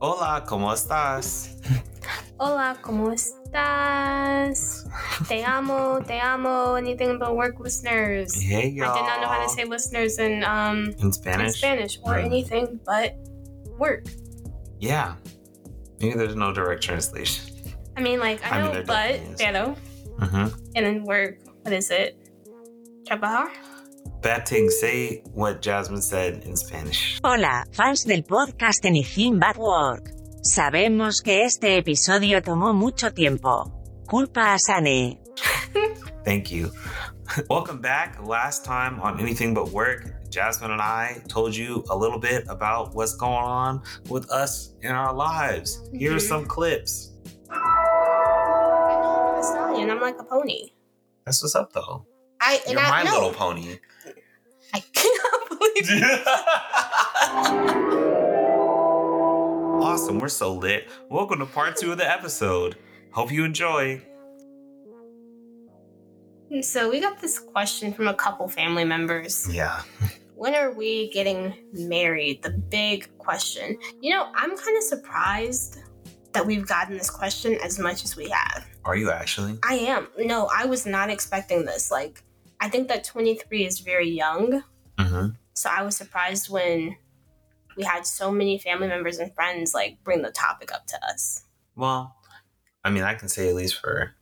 Hola, ¿cómo estás? Hola, ¿cómo estás? Te amo, te amo. Anything but work listeners. Hey, I y'all. did not know how to say listeners in um in in Spanish. Spanish or Right. anything but work. Yeah. Maybe there's no direct translation. I mean, like I I mean, know there but definitely is. pero Mm-hmm. and then work. What is it? Trabajar. Batting, say what Jasmine said in Spanish. Hola, fans del podcast Anything Bad Work. Sabemos que este episodio tomó mucho tiempo. Culpa a Sane. Thank you. Welcome back. Last time on Anything But Work, Jasmine and I told you a little bit about what's going on with us in our lives. Here are Mhm. some clips. I know I'm a stallion. I'm like a pony. That's what's up, though. I and You're my I know. little pony. I cannot believe. awesome. We're so lit. Welcome to part two of the episode. Hope you enjoy. And So we got this question from a couple family members. Yeah. When are we getting married? The big question. You know, I'm kind of surprised that we've gotten this question as much as we have. Are you actually? I am. No, I was not expecting this. Like, I think that 23 is very young. Mm-hmm. So I was surprised when we had so many family members and friends like bring the topic up to us. Well, I mean, I can say at least for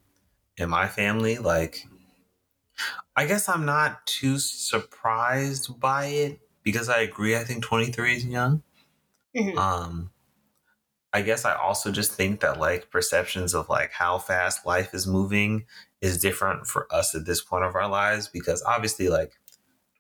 in my family, like, I guess I'm not too surprised by it because I agree. I think 23 is young. Mhm. Um, I guess I also just think that like perceptions of like how fast life is moving is different for us at this point of our lives because obviously like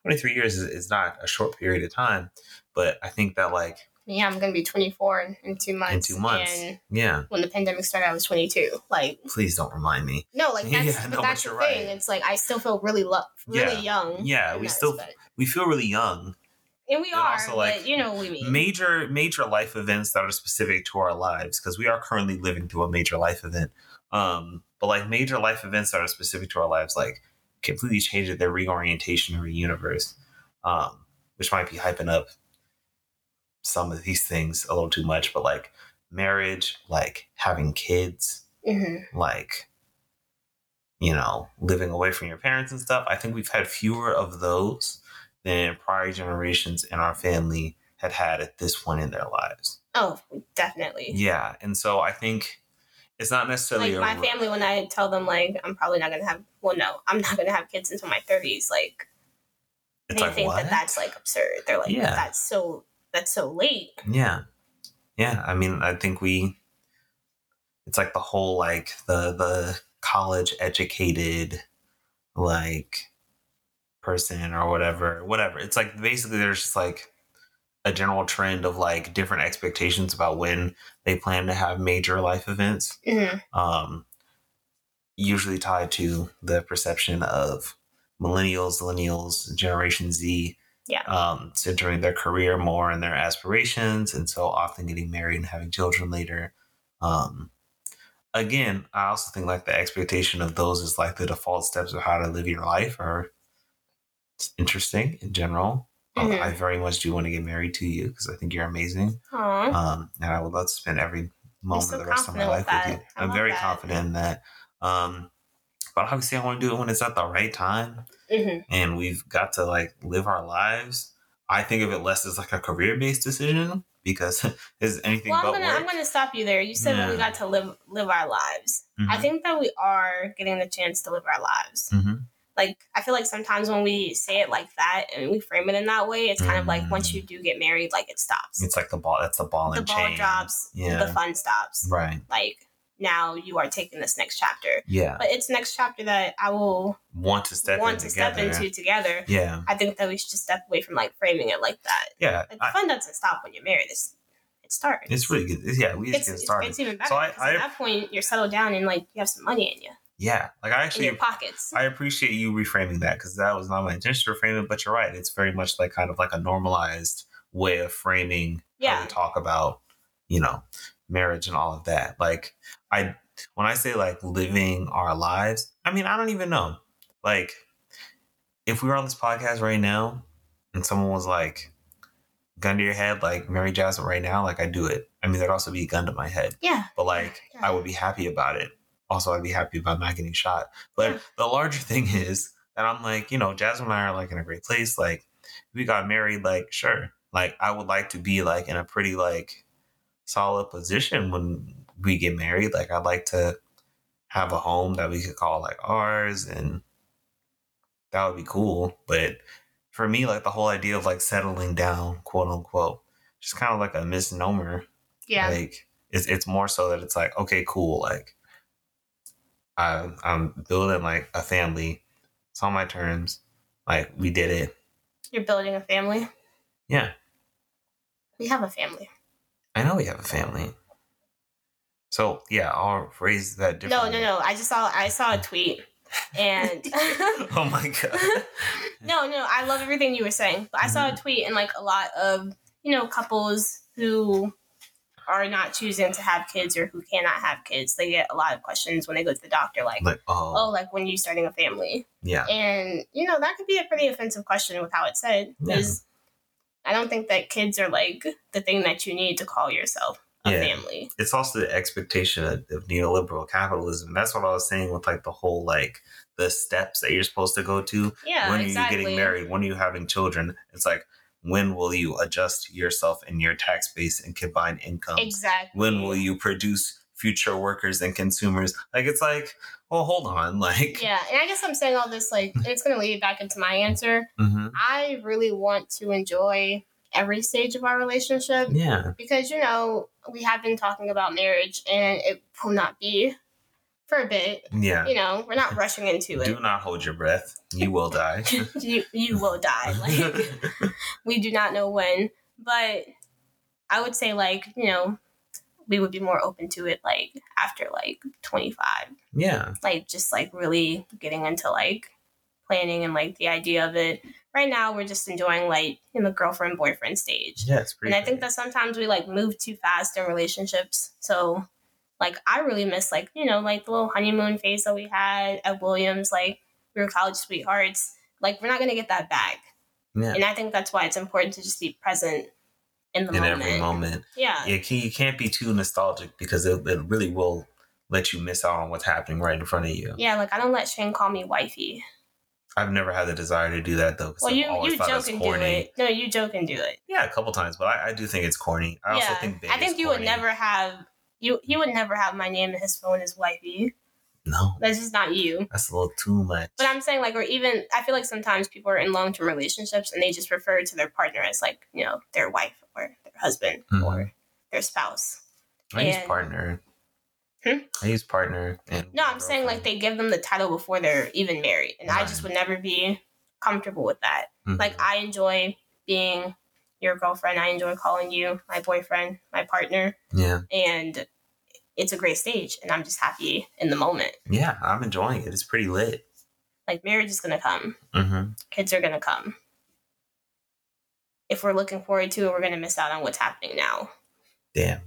23 years is, is not a short period of time, but I think that like yeah, I'm going to be 24 in, in two months. in two months, And yeah, when the pandemic started, I was 22. Like, please don't remind me. No, like Yeah, that's no, but that's but the you're thing. right. It's like I still feel really lo- really Yeah. young. Yeah, in we that still- respect. We feel really young. and we and are, also, like, but you know what we mean. Major major life events that are specific to our lives because we are currently living through a major life event. Um, but like major life events that are specific to our lives, like completely change their reorientation or universe, um, which might be hyping up some of these things a little too much. But like marriage, like having kids, Mhm. like you know living away from your parents and stuff i think we've had fewer of those than prior generations in our family had had at this point in their lives Oh, definitely. yeah and so i think it's not necessarily Like a- my family, when I tell them like I'm probably not gonna have, well, no, I'm not gonna have kids until my 30s. Like it's they like, think what? that that's like absurd. They're like, Yeah. that's so that's so late. yeah yeah i mean i think we it's like the whole like the the college educated like person or whatever whatever it's like basically there's just like a general trend of like different expectations about when they plan to have major life events Mhm. um usually tied to the perception of millennials millennials generation z Yeah. um, centering their career more and their aspirations, and so often getting married and having children later. Um, again, I also think like the expectation of those is like the default steps of how to live your life are interesting in general. Um, Mhm. I very much do want to get married to you because I think you're amazing, Aw. um, and I would love to spend every moment Mm-hmm. so of the rest of my confident life with with, that. you. I I'm love very that. confident in that. Um, but obviously, I want to do it when it's at the right time Mhm. and we've got to like live our lives. I think of it less as like a career based decision because is anything Well, I'm but gonna work. I'm gonna stop you there. You said when we Yeah. got to live live our lives. I Mhm. think that we are getting the chance to live our lives. Mhm. like I feel like sometimes when we say it like that and we frame it in that way, it's kind of like once Mm. you do get married, like it stops. It's like the ball. That's the ball the and ball chain. drops, Yeah. the fun stops. Right. Like now you are taking this next chapter, Yeah. but it's next chapter that I will Want to step want in to together. step into together. Yeah. I think that we should just step away from like framing it like that. Yeah. Like the I- fun doesn't stop when you're married. It's it starts. it's really good. Yeah. We it's, just get it's, started. it's even better. So I- 'cause I- at that point, you're settled down and like you have some money in you, yeah. Like I in actually your pockets. I appreciate you reframing that because that was not my intention to frame it, but you're right. It's very much like kind of like a normalized way of framing how Yeah. we talk about, you know, marriage and all of that. Like I when I say like living our lives, I mean I don't even know. Like if we were on this podcast right now and someone was like, gun to your head, like Mary Jasmine right now, like I do it. I mean, there'd also be a gun to my head, Yeah. but like I would be happy about it. Also, I'd be happy about not getting shot. But the larger thing is that I'm like, you know, Jasmine and I are like in a great place. Like, we got married, like, sure. Like, I would like to be like in a pretty, like, solid position when we get married. Like, I'd like to have a home that we could call like ours and that would be cool. But for me, like, the whole idea of like settling down, quote unquote, just kind of like a misnomer Yeah. like it's it's more so that it's like okay, cool. Like I I'm building like a family. It's on my terms. Like we did it. You're building a family. Yeah, We have a family. I know we have a family. So yeah, I'll phrase that No, differently. no, no. I just saw I saw a tweet and oh my god. no, no, I love everything you were saying. But I saw Mm-hmm. a tweet and like a lot of, you know, couples who are not choosing to have kids or who cannot have kids. They get a lot of questions when they go to the doctor like, Like "Oh, oh, like when are you starting a family?" yeah And, you know, that could be a pretty offensive question with how it's said cuz I don't think that kids are like the thing that you need to call yourself a yeah. family. it's also the expectation of, of neoliberal capitalism. That's what I was saying with like the whole like the steps that you're supposed to go to. Yeah, when are exactly. you getting married? When are you having children? It's like when will you adjust yourself and your tax base and combine incomes? Exactly. When will you produce future workers and consumers? Like it's like, well, hold on, like, Yeah, and I guess I'm saying all this like and it's gonna lead back into my answer. mhm, I really want to enjoy every stage of our relationship yeah, because you know we have been talking about marriage and it will not be for a bit. yeah. You know, we're not rushing into Do it. not hold your breath; you will die. you you will die. Like we do not know when, but I would say like you know we would be more open to it like after like 25 yeah, like just like really getting into like planning and like the idea of it. Right now, we're just enjoying like in the girlfriend boyfriend stage. yeah, it's And pretty. I think that sometimes we like move too fast in relationships. So, like, I really miss like, you know, like the little honeymoon phase that we had at Williams. Like, we were college sweethearts. Like, we're not going to get that back. yeah. And I think that's why it's important to just be present in the in moment. every moment. Yeah. it can, you can't be too nostalgic because it, it really will let you miss out on what's happening right in front of you. Yeah. Like, I don't let Shane call me wifey. I've never had the desire to do that though. 'cause Well, I've you, always you thought joke that's and do it. No, you joke and do it. Yeah, a couple times, but I, I do think it's corny. I also think big I think is you would corny. never have you. He would never have my name in his phone as wifey. No, That's just not you. that's a little too much. But I'm saying like, or even I feel like sometimes people are in long term relationships and they just refer to their partner as like you know their wife or their husband Mhm. or their spouse. I use and- partner. Hmm? I use partner and No, I'm saying like they give them the title before they're even married, and I just would never be comfortable with that. Mhm. Like I enjoy being your girlfriend. I enjoy calling you my boyfriend, my partner, yeah, and it's a great stage, and I'm just happy in the moment. yeah. I'm enjoying it. It's pretty lit. like marriage is going to come hmm kids are going to come if we're looking forward to it we're going to miss out on what's happening now Damn,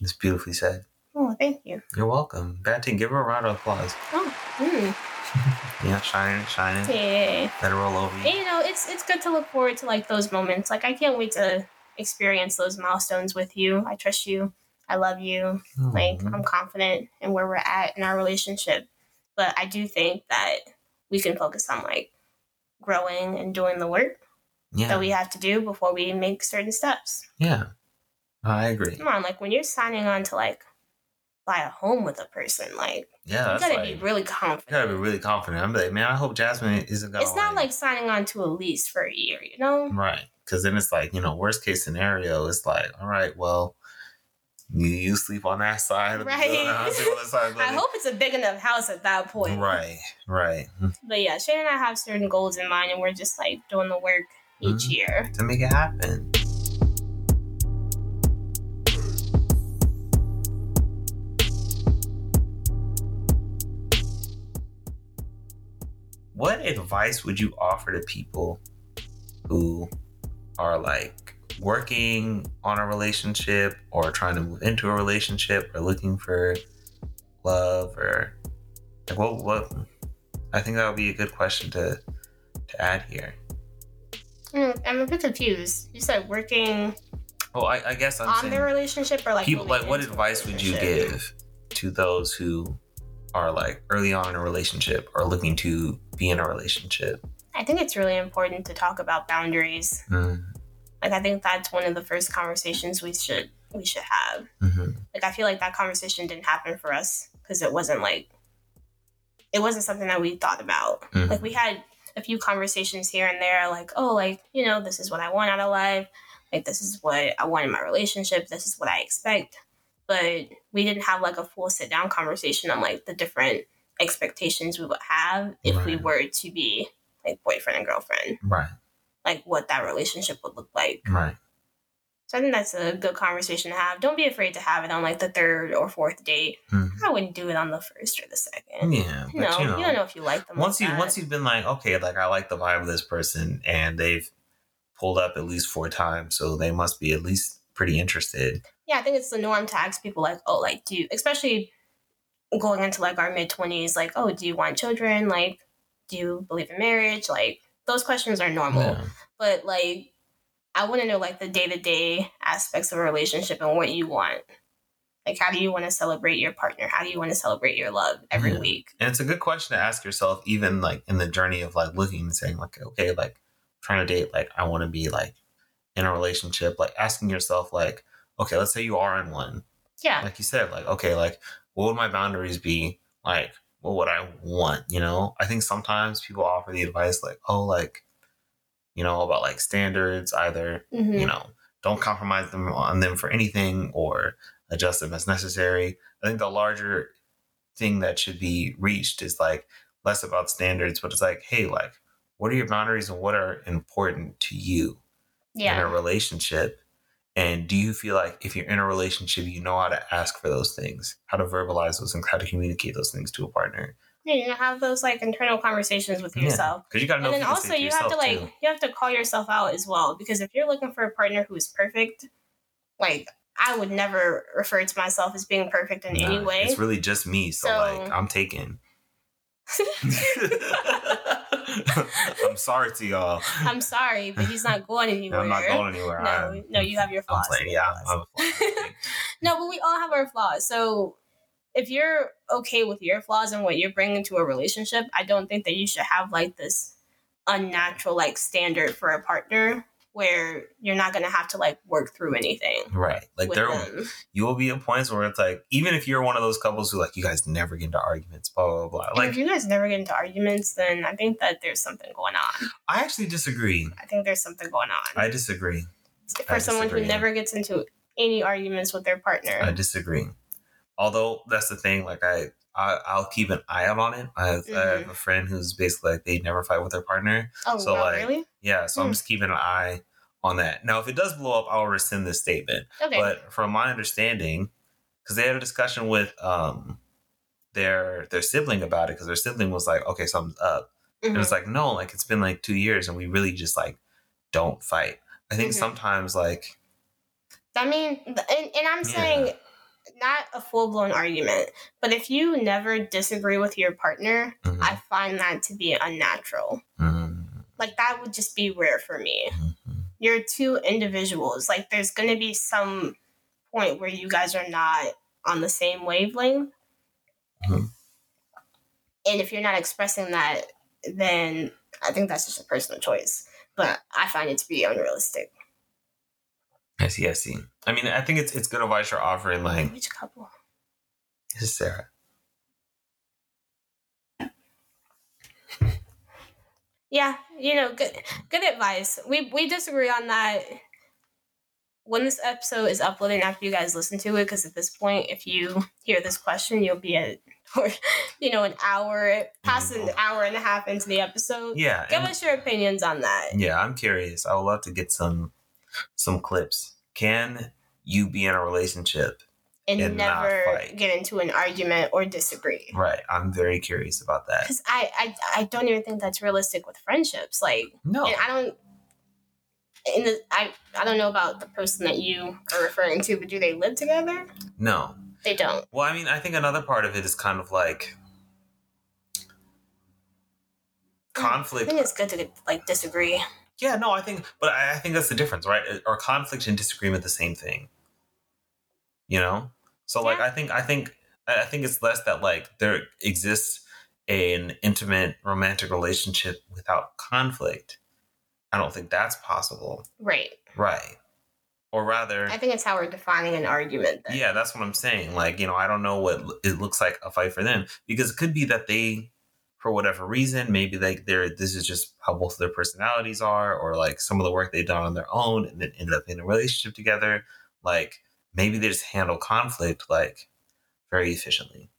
it's beautifully said. oh thank you You're welcome, Batting. Give her a round of applause. mm. Yeah, shining, shining. yeah Let her roll over you. and, you know it's it's good to look forward to like those moments like i can't wait to experience those milestones with you i trust you i love you like Mhm. i'm confident in where we're at in our relationship but i do think that we can focus on like growing and doing the work yeah. that we have to do before we make certain steps Yeah, I agree. come on, like when you're signing on to like buy a home with a person, like Yeah, you that's gotta like, be really confident. you gotta be really confident. I'm like, man, I hope Jasmine isn't gonna. it's not like signing on to a lease for a year, you know? right, because then it's like you know, worst case scenario, it's like, all right, well, you, you sleep on that side, of Right. The building, I'll sleep on this side of the I building. hope it's a big enough house at that point. Right, right, But yeah, Shane and I have certain goals in mind and we're just like doing the work each Mhm. year. to make it happen. What advice would you offer to people who are like working on a relationship or trying to move into a relationship or looking for love or like what what I think that would be a good question to to add here. Mm, I'm a bit confused. You said working Well, I, I guess I'm on saying their relationship or like people moving like what into a advice would you relationship? give to those who are like early on in a relationship or looking to be in a relationship? I think it's really important to talk about boundaries. Mm, Like I think that's one of the first conversations we should we should have. mhm. Like I feel like that conversation didn't happen for us because it wasn't like it wasn't something that we thought about. Mhm. Like we had a few conversations here and there, like, oh, like, you know, this is what I want out of life. Like this is what I want in my relationship. This is what I expect. But we didn't have like a full sit down conversation on like the different expectations we would have if we Right. were to be like boyfriend and girlfriend, Right, like what that relationship would look like. right. So I think that's a good conversation to have. Don't be afraid to have it on like the third or fourth date. Mm. I wouldn't do it on the first or the second. Yeah, Hmm, but You know, you know, don't know if you like them. once like you that. once you've been like, okay, like I like the vibe of this person, and they've pulled up at least four times, so they must be at least pretty interested. yeah, I think it's the norm to ask people like, oh, like, do you, especially going into like our mid 20s, like, oh, do you want children? Like, do you believe in marriage? Like, those questions are normal. Yeah. But like, I want to know like the day to day aspects of a relationship and what you want. Like, how do you want to celebrate your partner? How do you want to celebrate your love every Yeah. week? And it's a good question to ask yourself, even like in the journey of like looking and saying, like, okay, like trying to date, like I want to be like in a relationship, like asking yourself, like, okay, let's say you are in one, Yeah. like you said, like, okay, like what would my boundaries be? Like, what would I want? You know, I think sometimes people offer the advice, like, oh, like, you know, about like standards, either hmm you know don't compromise them on them for anything or adjust them as necessary i think the larger thing that should be reached is like less about standards but it's like hey like what are your boundaries and what are important to you in a Yeah. relationship and do you feel like if you're in a relationship you know how to ask for those things how to verbalize those and how to communicate those things to a partner yeah. You know, have those like internal conversations with Yeah. yourself. because you got to know and then if you can say also you have yourself, to like too. you have to call yourself out as well because if you're looking for a partner who is perfect like i would never refer to myself as being perfect in any Nah, way It's really just me. So, So- like, I'm taken. I'm sorry to y'all. i'm sorry but he's not going anywhere I'm not going anywhere. No, I'm- no, you have your I'm flaws. playing. You Yeah, have I'm, I'm- no but we all have our flaws so if you're okay with your flaws and what you're bringing to a relationship i don't think that you should have like this unnatural like standard for a partner where you're not going to have to like work through anything right. Like, with there them. you will be at points where it's like, even if you're one of those couples who, like, you guys never get into arguments, blah, blah, blah. And Like, if you guys never get into arguments, then I think that there's something going on. I actually disagree. I think there's something going on I disagree. for I someone who disagree. never gets into any arguments with their partner. I disagree. Although that's the thing, like I, I I'll keep an eye out on it. I, I Mm-hmm. have a friend who's basically like they never fight with their partner, oh, so, wow, like, really? Yeah, so Hmm. I'm just keeping an eye on that. Now, if it does blow up, I'll rescind this statement. Okay. But from my understanding, because they had a discussion with um their their sibling about it, because their sibling was like, "Okay, something's up," Mhm. and it's like, "No, like it's been like two years, and we really just like don't fight." I think Mhm. sometimes like I mean, th- and, and I'm Yeah. saying not a full blown argument, but if you never disagree with your partner, mhm, I find that to be unnatural. mhm, Like, that would just be rare for me. mhm. You're two individuals. Like, there's going to be some point where you guys are not on the same wavelength. Mhm. And if you're not expressing that, then I think that's just a personal choice. But I find it to be unrealistic. I see, I see. I mean, I think it's it's good advice you're offering. Like, Which couple? Mm-hmm. this is Sarah. Yeah, you know, good good advice. We we disagree on that. When this episode is uploaded, and after you guys listen to it, because at this point, if you hear this question, you'll be at, or, you know, an hour past an hour and a half into the episode. Yeah, Give and- us your opinions on that. Yeah, I'm curious. I would love to get some some clips. Can you be in a relationship? and, and not never fight. get into an argument or disagree. Right. I'm very curious about that. Because I, I I don't even think that's realistic with friendships. Like, No. and I don't. In the, I I don't know about the person that you are referring to, but do they live together? No. They don't. Well, I mean, I think another part of it is kind of like I conflict think it's good to like disagree. Yeah, no, I think, but I, I think that's the difference, right? Are conflict and disagreement the same thing? You know, so like Yeah. I think I think I think it's less that like there exists an intimate romantic relationship without conflict. I don't think that's possible, Right. right? Or rather, I think it's how we're defining an argument. Then. yeah, that's what I'm saying. Like, you know, I don't know what l- it looks like a fight for them because it could be that they, for whatever reason, maybe like they're this is just how both of their personalities are, or like some of the work they've done on their own and then ended up in a relationship together. Like, maybe they just handle conflict like very efficiently.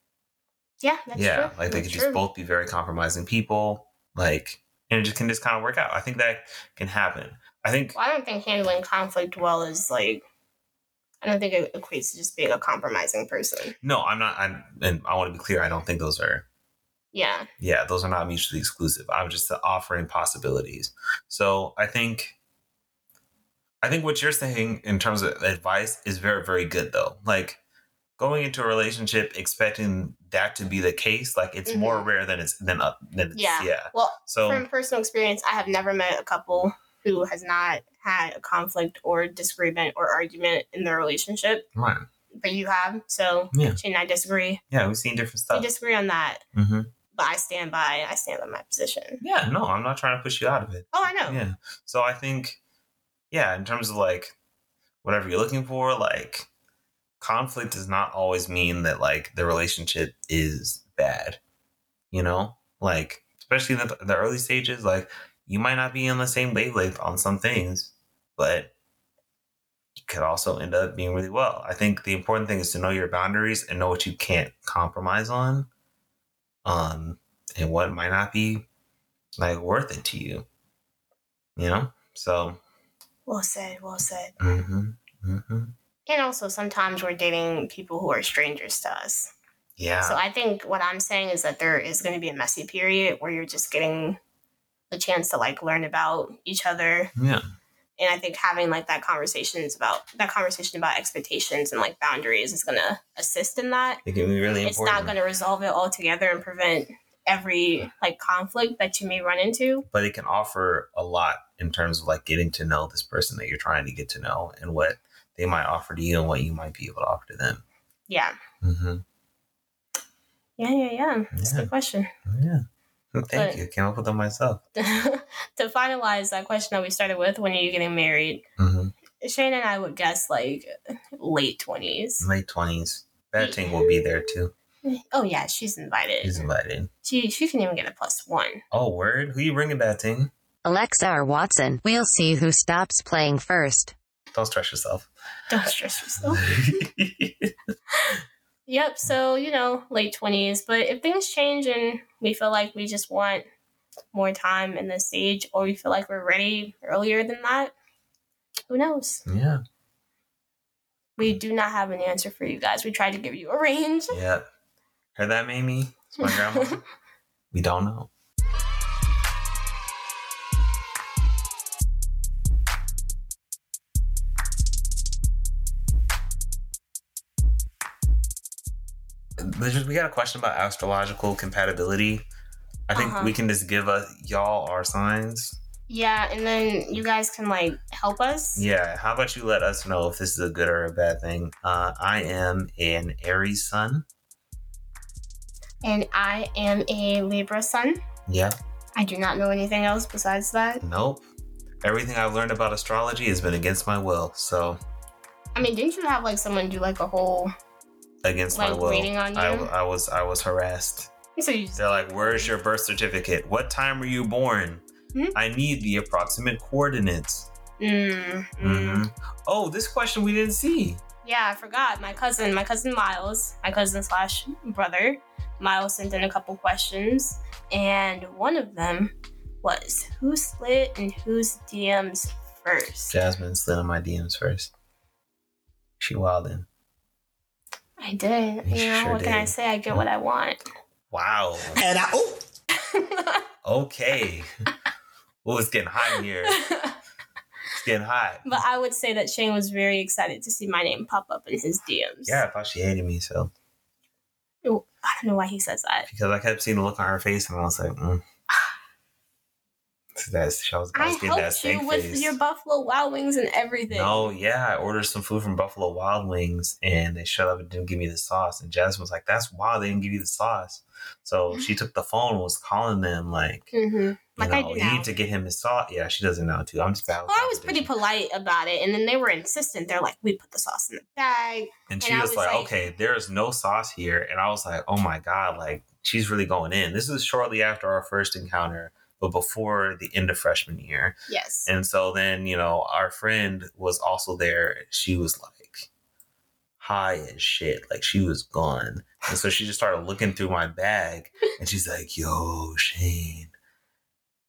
Yeah. That's yeah, true. like they That's could true. just both be very compromising people. Like, and it just can just kind of work out. I think that can happen. I think Well, I don't think handling conflict well is like. I don't think it equates to just being a compromising person. no, I'm not. I'm, and I want to be clear. I don't think those are Yeah. yeah, those are not mutually exclusive. I'm just offering possibilities. So I think, I think what you're saying in terms of advice is very, very good though. Like going into a relationship expecting that to be the case, like it's more Mhm. rare than it's than uh, than it's, yeah. Yeah. Well, So from personal experience, I have never met a couple who has not had a conflict or disagreement or argument in their relationship, right, but you have. So Yeah. Uh. she and I disagree. yeah, we've seen different We stuff. disagree on that, hmm but I stand by. I stand by my position. Yeah, no, I'm not trying to push you out of it. Oh, I know. Yeah. So I think, yeah, in terms of like whatever you're looking for, like conflict does not always mean that like the relationship is bad, you know? Like, especially in the, the early stages, like you might not be on the same wavelength on some things, but you could also end up being really well. I think the important thing is to know your boundaries and know what you can't compromise on, um, and what might not be like worth it to you you know so Well said. Well said. hmm hmm And also, sometimes we're dating people who are strangers to us. yeah So I think what I'm saying is that there is going to be a messy period where you're just getting the chance to like learn about each other. yeah And I think having like that conversations about that conversation about expectations and like boundaries is going to assist in that. it can be really It's important not going to resolve it all together and prevent every like conflict that you may run into. but it can offer a lot in terms of like getting to know this person that you're trying to get to know and what they might offer to you and what you might be able to offer to them Yeah. mm-hmm. Yeah, yeah, yeah. That's a Yeah. good question. yeah thank But- you came up with them myself to finalize that question that we started with, when are you getting married? hmm Shane and I would guess like late twenties. late 20s that ting will be there too Oh yeah, she's invited. he's invited She she can even get a plus one. oh word who you bringing that ting Alexa or Watson, we'll see who stops playing first. don't stress yourself Don't stress yourself. Yep. So you know, late twenties. But if things change and we feel like we just want more time in this stage, or we feel like we're ready earlier than that, who knows? yeah We do not have an answer for you guys. We tried to give you a range. yeah heard that mamie it's my grandma we don't know There's- we got a question about astrological compatibility. I think Uh-huh. we can just give us y'all our signs. yeah, and then you guys can like help us. Yeah. How about you let us know if this is a good or a bad thing? Uh, I am an Aries sun. And I am a Libra sun. Yeah. I do not know anything else besides that. Nope. Everything I've learned about astrology has been against my will. So I mean, didn't you have like someone do like a whole? against my Like, will. waiting on I, you? I was I was harassed. So you just They're like, "Where's your birth certificate? What time were you born? Hmm? I need the approximate coordinates." Mm, mm. Mhm. Oh, this question we didn't see. Yeah, I forgot. My cousin, my cousin Miles, my cousin slash brother, Miles sent in a couple questions, and one of them was who slid and whose DMs first. Jasmine slid in my DMs first. She wildin. I did. You You know sure what can I did. say? I get what I want. Wow. And I, oh, Okay. well, it's getting hot in here. but It's getting hot. I would say that Shane was very excited to see my name pop up in his DMs. Yeah, I thought she hated me so Ooh, I don't know why he says that. because I kept seeing the look on her face and I was like, mm. That's I was, I I was getting that helped you stank with face. your Buffalo Wild Wings and everything. No, yeah, I ordered some food from Buffalo Wild Wings, and they showed up and didn't give me the sauce. And Jasmine was like, "That's wild, they didn't give you the sauce." So she took the phone, and was calling them like, you hmm Like I know, do you now. need to get him his sauce. Yeah, she doesn't know too. I'm just bad. with Well, I was pretty competition. polite about it, and then they were insistent. They're like, "We put the sauce in the bag." And And she I was, was like, like- okay, there's no sauce here. And I was like, oh my God, like she's really going in. This is shortly after our first encounter, but before the end of freshman year. Yes. And so then, you know, our friend was also there. She was like high as shit. Like she was gone. And so she just started looking through my bag and she's like, yo, Shane.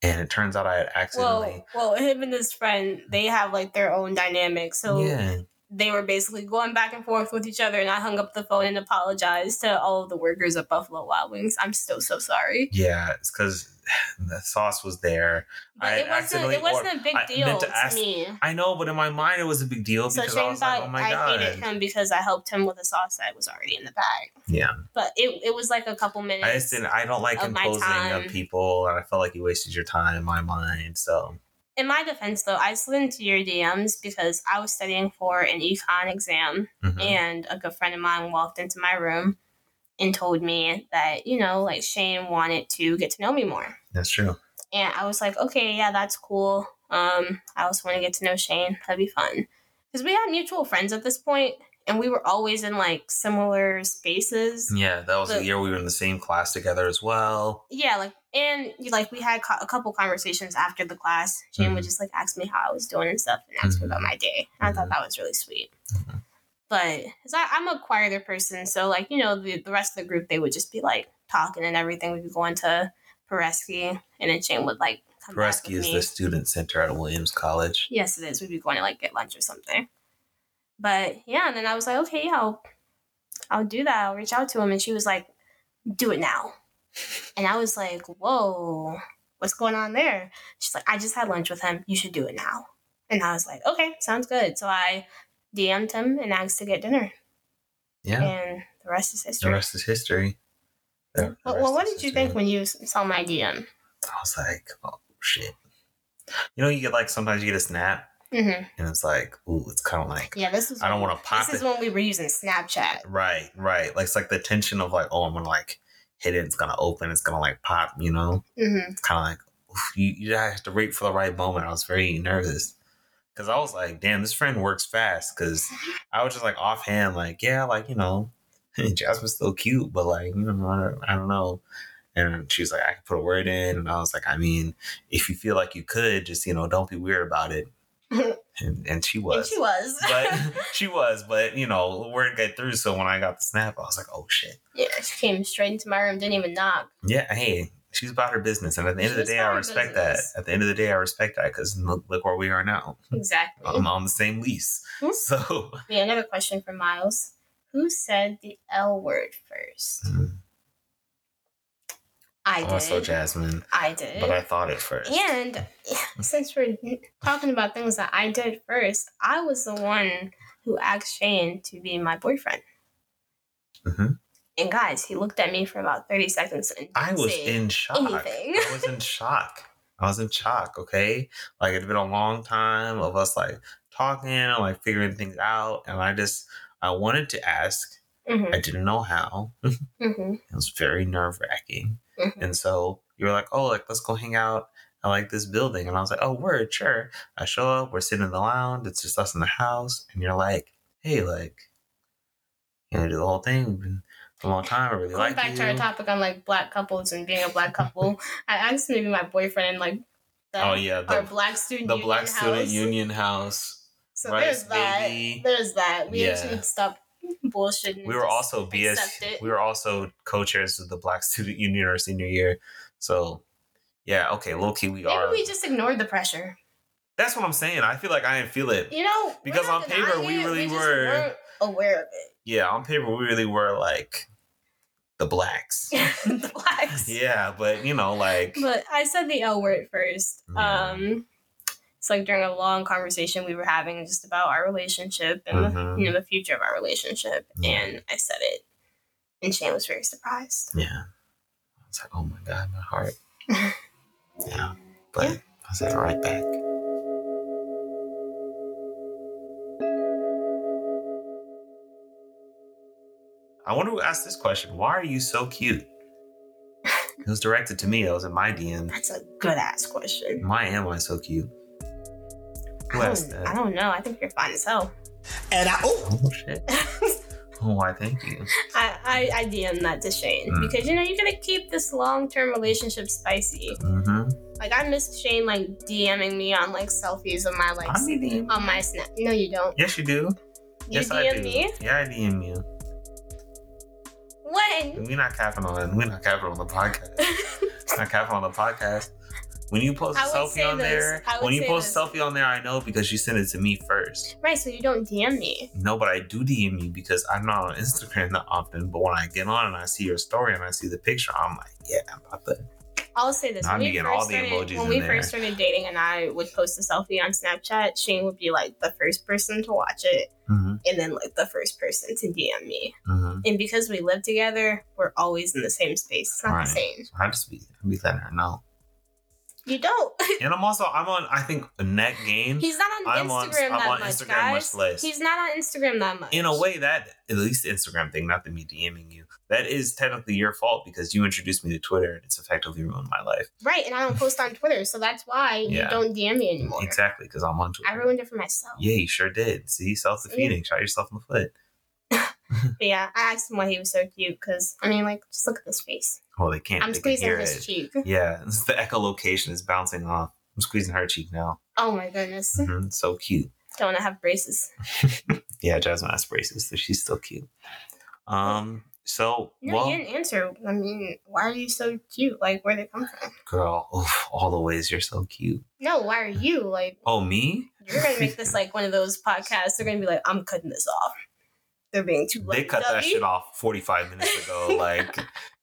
And it turns out I had Well, accidentally. well, him and his friend, they have like their own dynamic. So yeah. they were basically going back and forth with each other, and I hung up the phone and apologized to all of the workers at Buffalo Wild Wings. I'm still so sorry. Yeah. It's because the sauce was there. But I it wasn't. accidentally It wasn't a big I deal meant to to, ask- me. I know, but in my mind, it was a big deal So because I Shane was like, thought "Oh my I god!" hated him because I helped him with a sauce that was already in the bag. Yeah. But it, it was like a couple minutes. I just didn't. I don't like Of my imposing on time. people, and I felt like you wasted your time in my mind. So in my defense though, I slid into your DMs because I was studying for an econ exam mhm. and a good friend of mine walked into my room and told me that, you know, like Shane wanted to get to know me more. that's true. And I was like, okay, yeah, that's cool. Um, I also want to get to know Shane. That'd be fun. Because we had mutual friends at this point and we were always in like similar spaces. Yeah, that was the But- year we were in the same class together as well. yeah like and like we had co- a couple conversations after the class shane would Mhm. just like ask me how i was doing and stuff and ask me about Mm-hmm. my day and i thought that was really sweet but because i'm a quieter person so like you know the, the rest of the group they would just be like talking and everything we'd be going to Pereski, and then shane would like come back Pereski with is me. the student center at Williams College. yes it is we'd be going to like get lunch or something but yeah and then i was like okay yeah, i'll i'll do that i'll reach out to him and she was like do it now and i was like whoa what's going on there she's like i just had lunch with him you should do it now and i was like okay sounds good so i dm'd him and asked to get dinner Yeah, and the rest is the history rest is history. The- the well, rest well, what is did you history. think when you s- saw my dm I was like, "Oh shit!" You know, you get like sometimes you get a snap, hmm and it's like, "Ooh, it's kind of like." yeah this was I don't when- want to pop this it. is when we were using snapchat Right, right. Like it's like the tension of like, oh, I'm gonna like hit it. It's gonna open. It's gonna like pop. You know, hmm it's kind of like oof, you you have to wait for the right moment. I was very nervous because I was like, damn, this friend works fast. Because I was just like offhand, like yeah, like you know, Jasmine's still cute, but like you know, I don't, I don't know. And she was like, I could put a word in, and I was like, I mean, if you feel like you could, just you know, don't be weird about it. and, and she was and she was but she was, but you know, word got through. So when I got the snap, I was like, oh shit. Yeah, she came straight into my room, didn't even knock. Yeah, hey, she's about her business. And at the end of She's the day, I about her respect business. that. At the end of the day, I respect that because look, look where we are now. Exactly. I'm on the same lease. Hmm. So yeah, another question for Miles. Who said the L word first? I did. also Oh, Jasmine, I did. but I thought it first. and since we're talking about things that I did first, I was the one who asked Shane to be my boyfriend. Mhm. And guys, he looked at me for about 30 seconds and I didn't was say in shock. anything. I was in shock. I was in shock, okay? Like it had been a long time of us like talking and like figuring things out. And I just I wanted to ask. Mhm, I didn't know how. mhm, It was very nerve wracking. mhm. And so you were like, oh, like, let's go hang out. I like this building. And I was like, oh, word, sure. I show up, we're sitting in the lounge, it's just us in the house. And you're like, hey, like, you know, do the whole thing. We've been a long time. I really Going like back you. to our topic on like black couples and being a black couple, I asked him to be my boyfriend and like the, oh, yeah. our The, black student the union Black Student house. Union House. So Rice there's that. Baby. There's that. We Yeah. actually stopped bullshitting. and We were Mm, just also BS. accept it. We were also co-chairs of the Black Student Union our senior year. So, yeah, okay, low key, we Maybe are. we just ignored the pressure. That's what I'm saying. I feel like I didn't feel it. You know, we're Because not on paper, denying we it, really just were- weren't aware of it. yeah, on paper we really were like the blacks. the blacks. yeah, but you know, like But I said the L word first. Yeah. Um, it's like during a long conversation we were having just about our relationship and Mhm. the, you know the future of our relationship, Yeah. and I said it, and Shane was very surprised. yeah, I was like, oh my god, my heart. yeah, but I'll say right back. I want to ask this question. Why are you so cute? It was directed to me. It was in my DM. That's a good ass question. Why am I so cute? Mm-hmm. Who I asked don't, I that? don't know. I think you're fine as hell. And I, oh, Oh shit. Oh, I thank you. I, I, I DM that to Shane Mm. because you know you're gonna keep this long term relationship spicy. Mm-hmm. Like I miss Shane like DMing me on like selfies of my like I be DMing. on my snap. No, you don't. Yes, you do. Um, You yes, I DM do. me Yeah, I DM you. when We're not capping on. We're not capping on the podcast. not capping on the podcast. When you post a I would say selfie on this. there, I would when you say post a this. selfie on there, I know because you sent it to me first. right. So you don't DM me. No, but I do DM you because I'm not on Instagram that often. But when I get on and I see your story and I see the picture, I'm like, yeah, I'm about to. I'll say this. Now When I'm we getting first all the started- emojis When in we there. first started dating and I would post a selfie on Snapchat, Shane would be like the first person to watch it Mm-hmm, and then like the first person to DM me. mm-hmm. And because we live together, we're always in the same space. It's not Right. the same. I just be, I be letting her know. You don't. And I'm also, I'm on, I think, Net Games. He's not on I'm on- Instagram I'm that on much, Instagram much guys. less. He's not on Instagram that much. in a way that at least the instagram thing not the me dming you that is technically your fault because you introduced me to twitter and it's effectively ruined my life right? And I don't post on Twitter, so that's why Yeah. you don't DM me anymore. exactly because i'm on twitter I ruined it for myself. yeah you sure did see self-defeating shot yourself in the foot But yeah, I asked him why he was so cute because I mean, like, just look at this face. well they can't I'm they can squeezing hear his it cheek. yeah it's the echolocation is bouncing off i'm squeezing her cheek now Oh my goodness! Mhm, so cute Don't want to have braces. yeah jasmine has braces so she's still cute um so No, well you didn't answer. I mean, why are you so cute? Like, where they come from? girl oof, all the ways you're so cute No, why are you like? oh me You're gonna make this like one of those podcasts. They're gonna be like, I'm cutting this off. They're being too. they cut that lovey-dovey. shit off 45 minutes ago like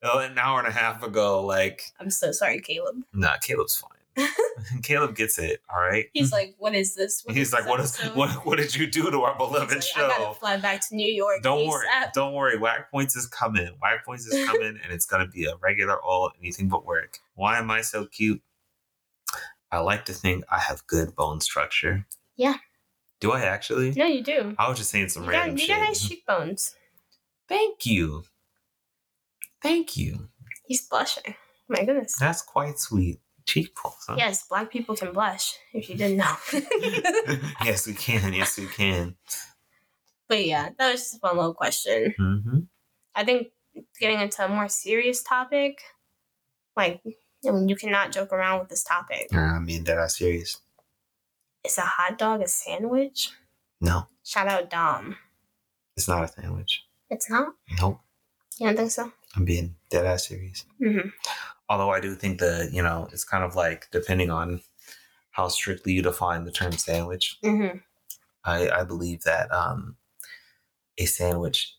oh, an hour and a half ago like I'm so sorry, Caleb. nah caleb's fine caleb gets it all right He's like, what is this? What Mm-hmm. he's is like this what is episode?" what, what did you do to our He's beloved like, I gotta show fly back to New York. don't ASAP." worry don't worry whack points is coming whack points is coming and it's gonna be a regular all anything but work why am i so cute i like to think i have good bone structure Yeah. do i actually No, you do. i was just saying some You got, random you shit got nice cheekbones. thank you thank you He's blushing. Oh My goodness. That's quite sweet. Cheekbones, huh? Yes, black people can blush. If you didn't know. yes, we can. Yes, we can. but yeah, that was just a fun little question. hmm I think getting into a more serious topic, like I mean, you cannot joke around with this topic. I mean, that I serious. Is a hot dog a sandwich? No, Shout out Dom. it's not a sandwich. It's not. Nope. You don't think so? I'm being dead ass serious. Mm-hmm. Although I do think the, you know, it's kind of like depending on how strictly you define the term sandwich. Mm-hmm. I, I believe that um, a sandwich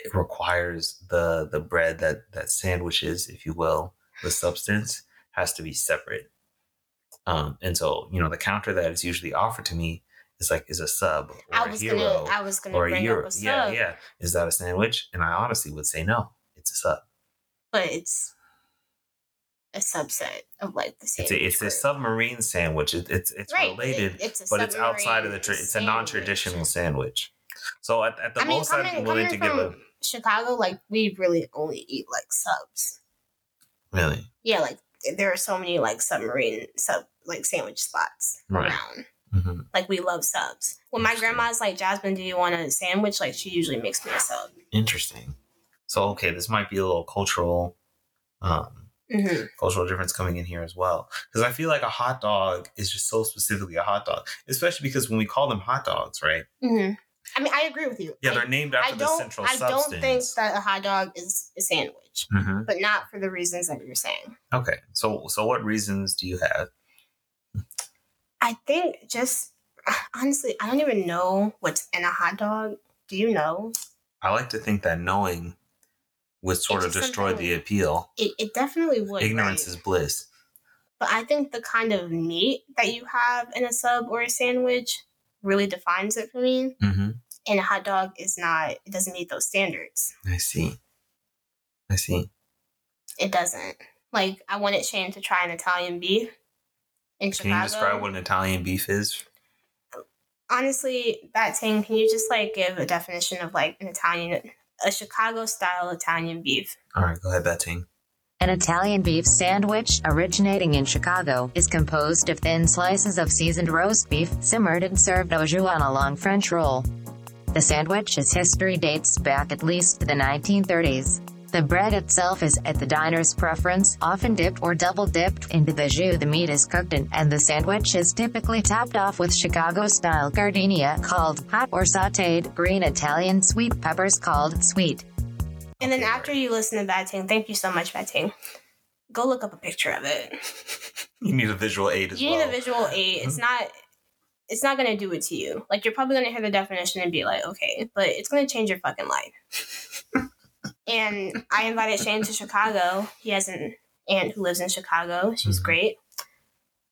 it requires the the bread that that sandwiches, if you will, the substance has to be separate. Um, and so you know the counter that is usually offered to me is like is a sub or I a was hero gonna. I was gonna or a bring up euro. a sub, Yeah, yeah. Is that a sandwich? And I honestly would say no. It's a sub. but it's a subset of like the It's sandwich. a, it's a group. submarine sandwich. It, it's it's Right, related, it- it's a but it's outside of the. submarine Tra- it's a sandwich. non-traditional sandwich. So at, at the I mean, most, I'd coming- be willing to coming give a from Chicago, like we really only eat like subs. really. Yeah, like there are so many like submarine sub like sandwich spots Right. around. hmm Like we love subs. When my Interesting. grandma's like, Jasmine, do you want a sandwich? Like she usually makes me a sub. Interesting. So okay, this might be a little cultural, um, hmm cultural difference coming in here as well, because I feel like a hot dog is just so specifically a hot dog, especially because when we call them hot dogs, right? hmm I mean, I agree with you. Yeah, I- they're named after I the don't. central I substance. don't think that a hot dog is a sandwich, Mhm. but not for the reasons that you're saying. Okay, so so what reasons do you have? I think just honestly, I don't even know what's in a hot dog. Do you know? I like to think that knowing would sort of just destroy something- the appeal. It, it definitely would. Ignorance right? is bliss. But I think the kind of meat that you have in a sub or a sandwich really defines it for me. hmm And a hot dog is not, it doesn't meet those standards. I see. I see. It doesn't. Like, I wanted Shane to try an Italian beef, in Can you Chicago. describe what an Italian beef is? Honestly, that thing. Can you just like give a definition of like an Italian, a Chicago style Italian beef? All right, go ahead, Betting. An Italian beef sandwich, originating in Chicago, is composed of thin slices of seasoned roast beef, simmered and served au jus on a long French roll. The sandwich's history dates back at least to the 1930s. The bread itself is, at the diner's preference, often dipped or double dipped into the jus the meat is cooked in, and the sandwich is typically topped off with Chicago style gardenia called hot or sauteed, green Italian sweet peppers called sweet. And then Okay, after you listen to that thing, thank you so much, that thing. Go look up a picture of it. You need a visual aid as you well. Uh-huh. need a visual aid. It's not. It's not gonna do it to you. Like you're probably gonna hear the definition and be like, okay, but it's gonna change your fucking life. and I invited Shane to Chicago. He has an aunt who lives in Chicago. She's Mhm. great.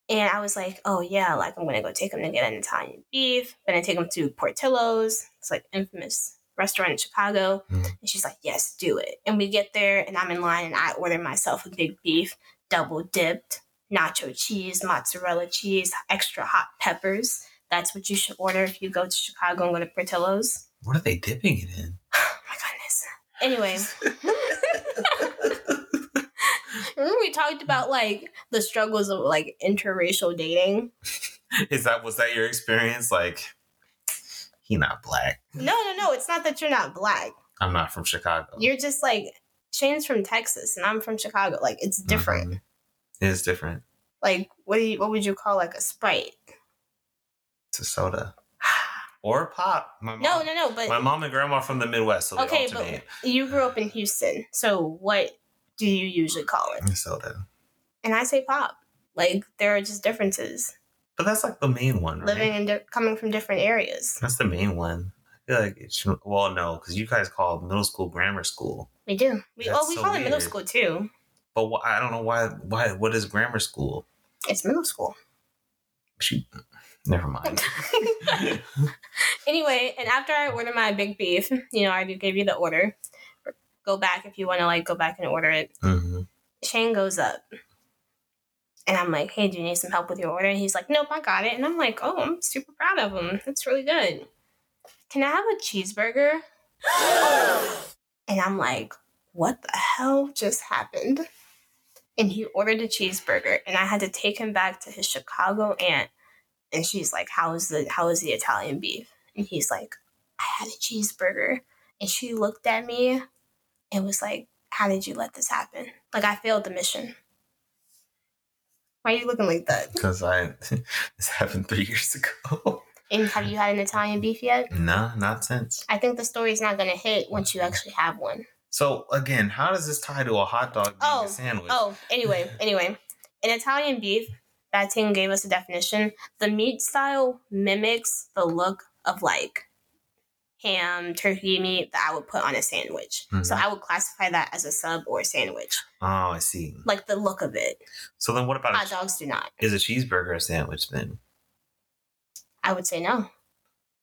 And I was like, oh yeah, like I'm gonna go take him to get an Italian beef. Gonna take him to Portillo's. It's like infamous restaurant in Chicago. Mhm. And she's like, yes, do it. And we get there, and I'm in line, and I order myself a big beef, double dipped, nacho cheese, mozzarella cheese, extra hot peppers. That's what you should order if you go to Chicago and go to Portillo's. What are they dipping it in? Oh my goodness. Anyway. Remember we talked about like the struggles of like interracial dating? Is that was that your experience? Like, he not black. No, no, no. It's not that you're not black. I'm not from Chicago. You're just like Shane's from Texas and I'm from Chicago. Like it's different. Mhm. It is different. Like what do you what would you call like a sprite? It's a soda or a pop. My mom, No, no, no. But My mom and grandma are from the Midwest, so okay, they but alternate. you grew up in Houston, so what do you usually call it? Soda, And I say pop. Like there are just differences but that's like the main one, right? living and di- coming from different areas. That's the main one. I feel like it should. Well, no, because you guys call middle school grammar school, We do. We oh That's we so call it middle weird. school too. but wh- I don't know why. Why? What is grammar school? It's middle school. She, never mind. anyway, and after I order my big beef, you know, I do give you the order. Go back if you want to like go back and order it. hmm Shane goes up. And I'm like, hey, do you need some help with your order? And he's like, nope, I got it. And I'm like, oh, I'm super proud of him. That's really good. Can I have a cheeseburger? and I'm like, what the hell just happened? And he ordered a cheeseburger, and I had to take him back to his Chicago aunt. And she's like, how is the how is the Italian beef? And he's like, I had a cheeseburger. And she looked at me and was like, how did you let this happen? Like, I failed the mission. Why are you looking like that? Because I this happened three years ago. And have you had an Italian beef yet? no, not since. I think the story's not gonna hit once you actually have one. So again, how does this tie to a hot dog being Oh, a sandwich? Oh, anyway, anyway. In Italian beef, Batin gave us a definition. The meat style mimics the look of like ham, turkey meat that I would put on a sandwich. So Mhm. I would classify that as a sub or a sandwich. Oh, I see. Like the look of it. So then, what about a Hot ch- dogs do not. is a cheeseburger a sandwich? Then I would say no.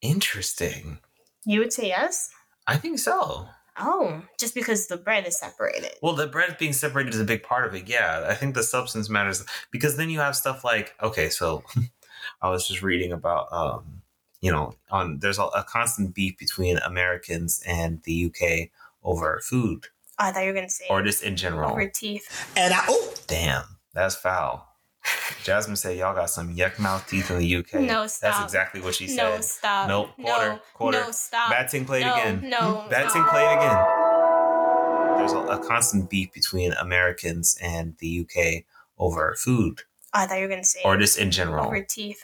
interesting. You would say yes? I think so. Oh, just because the bread is separated. Well, the bread being separated is a big part of it. Yeah, I think the substance matters because then you have stuff like okay, so I was just reading about um, you know, on there's a, a constant beef between Americans and the UK over food Oh, I thought you were gonna say or just in general. over teeth. And I, oh, Damn, that's foul. Jasmine said y'all got some yuck mouth teeth in the UK. No, That's stop. exactly what she No, said. stop. Nope, quarter, no, quarter. No, stop. Batting played No, again. no, Batting no. played again. There's a, a constant beef between Americans and the UK over food Oh, I thought you were gonna say or just in general. over teeth.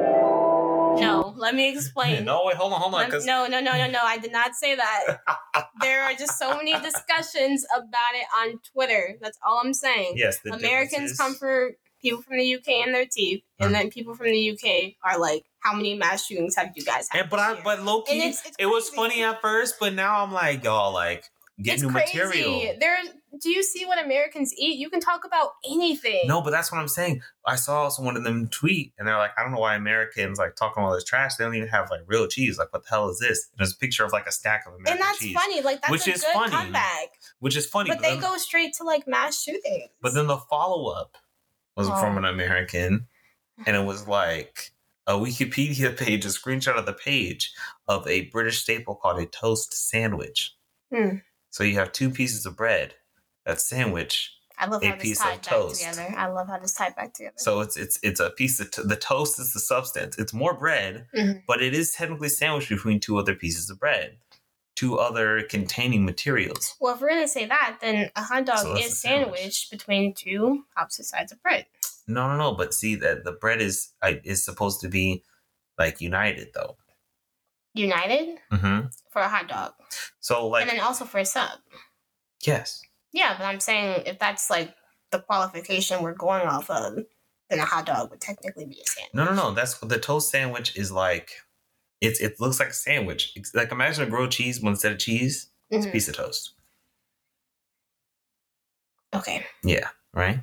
No, let me explain. No, wait, hold on, hold on. Lem- Because no, no, no, no, no. I did not say that. there are just so many discussions about it on Twitter. That's all I'm saying. yes, the Americans differences- come for people from the UK and their teeth, and then people from the UK are like, "How many mass shootings have you guys had?" And, but this I, year?" but low And key, it's- it's it was crazy. funny at first, but now I'm like, y'all, like, get it's new crazy. material. There, do you see what Americans eat? You can talk about anything. No, but that's what I'm saying. I saw someone of them tweet, and they're like, I don't know why Americans like talking all this trash. They don't even have like real cheese. Like, what the hell is this? And there's a picture of like a stack of American and that's cheese, funny. Like that's Which a is good funny, comeback. which is funny. But they then- go straight to like mass shootings. But then the follow up was Oh. from an American, and it was like a Wikipedia page, a screenshot of the page of a British staple called a toast sandwich. Hmm. So you have two pieces of bread, that sandwich. I love A how this piece tied of back toast. together. I love how this tied back together. So it's it's it's a piece of t- the toast is the substance. It's more bread, Mhm. but it is technically sandwiched between two other pieces of bread, two other containing materials. Well, if we're gonna say that, then a hot dog So that's a is sandwich. sandwiched between two opposite sides of bread. No, no, no. But see that the bread is I, is supposed to be like united though. United hmm for a hot dog, So like and then also for a sub. yes, Yeah, but I'm saying if that's like the qualification we're going off of, then a hot dog would technically be a sandwich. no, no, no. That's what the toast sandwich is like. It's it looks like a sandwich. It's like imagine a grilled cheese, but instead of cheese, it's a Mhm. piece of toast. Mm-hmm. Okay. Yeah, right.